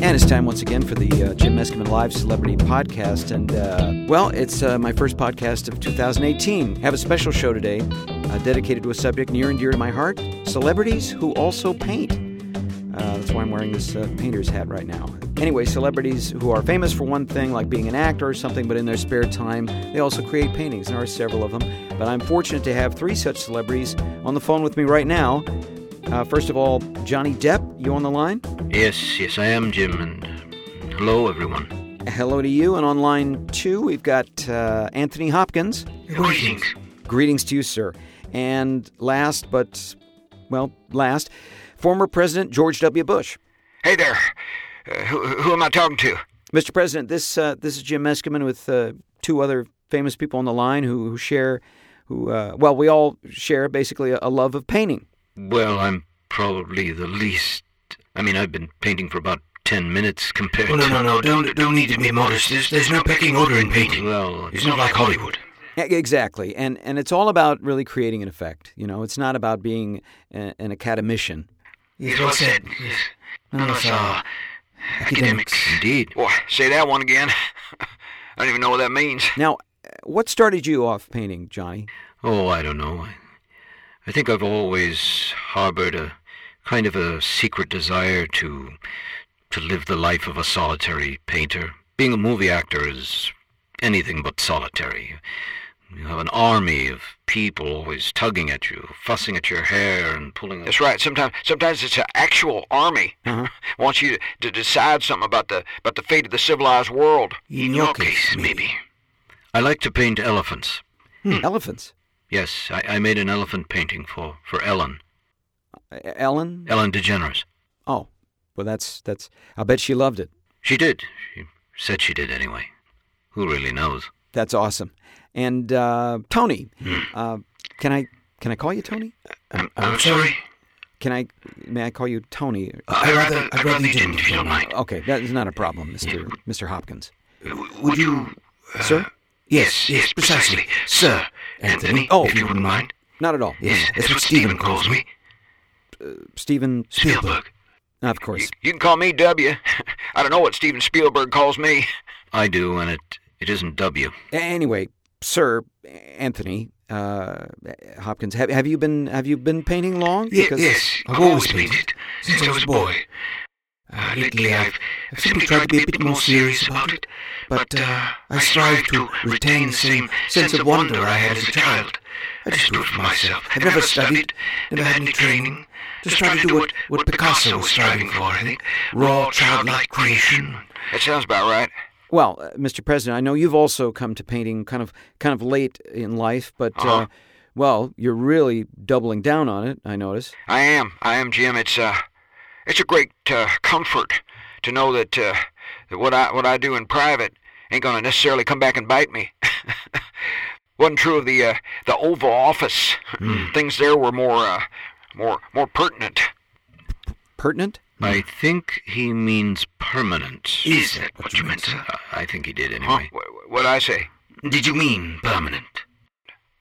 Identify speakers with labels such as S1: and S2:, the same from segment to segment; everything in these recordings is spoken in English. S1: And it's time once again for the uh, Jim Meskimen Live Celebrity Podcast. And, uh, well, it's uh, my first podcast of 2018. have a special show today uh, dedicated to a subject near and dear to my heart celebrities who also paint. Uh, that's why I'm wearing this uh, painter's hat right now. Anyway, celebrities who are famous for one thing, like being an actor or something, but in their spare time, they also create paintings. There are several of them. But I'm fortunate to have three such celebrities on the phone with me right now. Uh, first of all, Johnny Depp, you on the line?
S2: Yes, yes, I am, Jim, and hello, everyone.
S1: Hello to you. And on line two, we've got uh, Anthony Hopkins.
S2: Greetings.
S1: Greetings to you, sir. And last but, well, last, former President George W. Bush.
S2: Hey there. Uh, who, who am I talking to?
S1: Mr. President, this uh, this is Jim Meskimen with uh, two other famous people on the line who, who share, who uh, well, we all share basically a, a love of painting.
S2: Well, I'm probably the least. I mean, I've been painting for about ten minutes compared
S3: Oh, no,
S2: to.
S3: no, no. Don't, don't need to be modest. There's, there's no pecking order in painting.
S2: Well,
S3: It's not like Hollywood.
S1: E- Exactly, and and it's all about really creating an effect. You know, it's not about being a, an academician.
S3: Yes, well said. Yes. None of us are academics.
S2: indeed.
S3: Why, say that one again.
S2: I don't even know what that means.
S1: Now, uh, what started you off painting, Johnny?
S2: Oh, I don't know. I, I think I've always harbored a kind of a secret desire to to live the life of a solitary painter. Being a movie actor is anything but solitary. You have an army of people always tugging at you, fussing at your hair, and pulling.
S3: That's right. Sometimes, sometimes it's an actual army
S1: Uh-huh.
S3: wants you to, to decide something about the about the fate of the civilized world. In your case, maybe.
S2: I like to paint elephants.
S1: Elephants,
S2: Yes, I, I made an elephant painting for for Ellen,
S1: Uh, Ellen.
S2: Ellen DeGeneres.
S1: Oh, well, that's that's. I bet she loved it.
S2: She did. She said she did anyway. Who really knows?
S1: That's awesome. And uh, Tony, uh, can I can I call you Tony?
S3: Um, I'm, I'm sorry.
S1: Can I may I call you Tony?
S3: I'd rather, I'd rather you didn't, if you don't mind.
S1: Okay, that is not a problem, Mister Mister Hopkins,
S3: W- Would you...
S1: sir.
S3: Yes, yes, precisely. Sir, Anthony,
S1: Oh.
S3: if you wouldn't mind.
S1: Not at all.
S3: Yes, that's what Stephen calls me.
S1: Steven,
S3: Spielberg.
S1: of course.
S3: You can call me W. I don't know what Steven Spielberg calls me.
S2: I do, and it it isn't W.
S1: A- Anyway, sir Anthony uh, Hopkins, have, have you been have you been painting long? Because-
S3: yes, I've always painted since I was a boy. Uh, lately, I've, I've simply tried to be a bit more serious about it, but uh, I strive to retain the same sense of wonder I had as a child. I just do it for myself. I've never studied, never had any training. Just try to do what, what Picasso was striving for, I think. Raw, childlike creation.
S2: That sounds about right.
S1: Well, uh, Mr. President, I know you've also come to painting kind of kind of late in life, but
S3: Uh-huh.
S1: uh, well, you're really doubling down on it. I notice.
S3: I am. I am, Jim. It's uh, it's a great uh, comfort to know that uh, that what I what I do in private ain't gonna necessarily come back and bite me. Wasn't true of the uh, the Oval Office.
S2: Hmm.
S3: Things there were more uh, more more pertinent.
S1: Pertinent.
S2: I think he means permanent.
S3: Is that what you meant, sir?
S2: I think he did
S3: Huh?
S2: anyway.
S3: Wh- What I say?
S2: Did you mean permanent?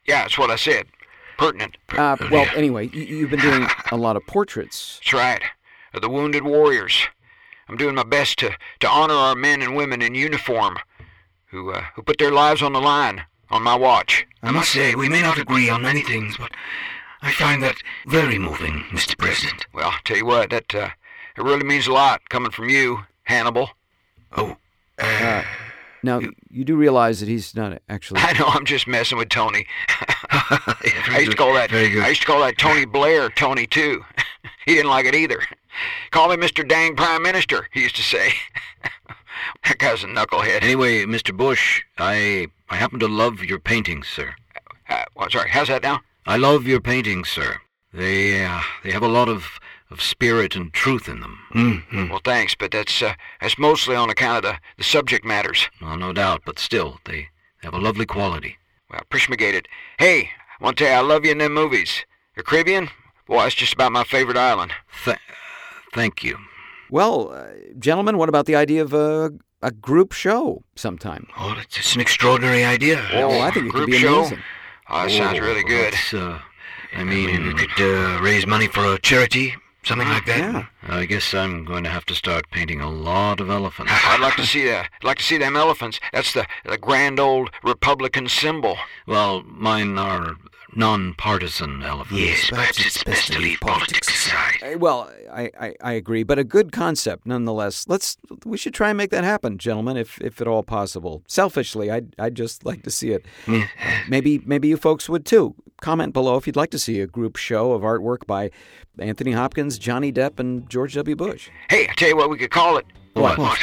S3: Yeah, that's what I said. Pertinent.
S1: Uh, well, anyway, you, you've been doing a lot of portraits.
S3: That's right. Of the wounded warriors. I'm doing my best to, to honor our men and women in uniform who uh, who put their lives on the line on my watch.
S4: I must say, we may not agree on many things, but I find that very moving, Mr. President.
S3: Well, I'll tell you what, that uh, it really means a lot coming from you, Hannibal.
S2: Oh,
S1: Uh, Now, you do realize that he's not actually.
S3: I know I'm just messing with Tony. I used to call that
S4: Very good.
S3: I used to call that Tony Blair Tony too. he didn't like it either. Call me Mr. Dang Prime Minister, he used to say. that guy's a knucklehead.
S2: Anyway, Mr. Bush, I I happen to love your paintings, sir.
S3: Uh, well, sorry, how's that now?
S2: I love your paintings, sir. They uh, they have a lot of of spirit and truth in them.
S4: Hmm.
S3: Well, thanks, but that's uh, that's mostly on account of the, the subject matters.
S2: Well, no doubt, but still, they have a lovely quality.
S3: Well, appreciate it. Hey, I want to tell you, I love you in them movies. The Caribbean? Boy, that's just about my favorite island.
S2: Th- thank you.
S1: Well, uh, gentlemen, what about the idea of a, a group show sometime?
S4: Oh, it's just an extraordinary idea.
S1: Oh, I think it could
S3: group
S1: be
S3: show?
S1: amazing.
S3: Oh, that sounds
S2: Oh,
S3: really good.
S2: that's, uh, I
S4: I mean, we
S2: mean,
S4: could uh, raise money for a charity, Something like that.
S1: Yeah.
S2: I guess I'm going to have to start painting a lot of elephants.
S3: I'd like to see that. I'd like to see them elephants. That's the, the grand old Republican symbol.
S2: Well, mine are nonpartisan elephants.
S4: Yes, perhaps it's best to leave politics aside.
S1: Uh, Well, I, I, I agree, but a good concept nonetheless. Let's we should try and make that happen, gentlemen, if if at all possible. Selfishly, I'd I'd just like to see it. maybe maybe you folks would too. Comment below if you'd like to see a group show of artwork by Anthony Hopkins, Johnny Depp, and George W. Bush.
S3: Hey, I tell you what we could call it.
S1: What?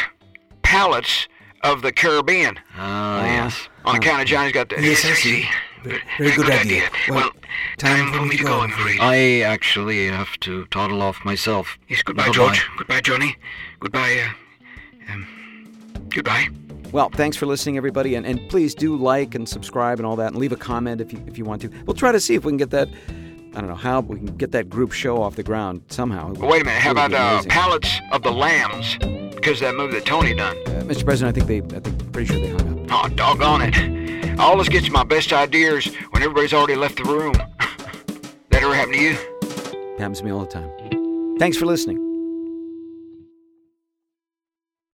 S3: Pallets of the Caribbean.
S2: Ah, yes.
S3: On account of Johnny's got the.
S4: Oh, Yes, I see. Very, very good idea. Well, time for me to go, I'm afraid.
S2: I actually have to toddle off myself.
S4: Yes, goodbye, George. Goodbye, Johnny. Goodbye, uh, um, goodbye.
S1: Well, thanks for listening, everybody, and, and please do like and subscribe and all that, and leave a comment if you if you want to. We'll try to see if we can get that. I don't know how but we can get that group show off the ground somehow.
S3: But wait a minute. How
S1: It would
S3: about
S1: be
S3: uh,
S1: amazing.
S3: Pallets of the Lambs? Because that movie that Tony done.
S1: Uh, Mr. President, I think they, I think, pretty sure they hung up.
S3: Oh, doggone it. I always gets my best ideas when everybody's already left the room. that ever happen to you?
S1: Happens to me all the time. Thanks for listening.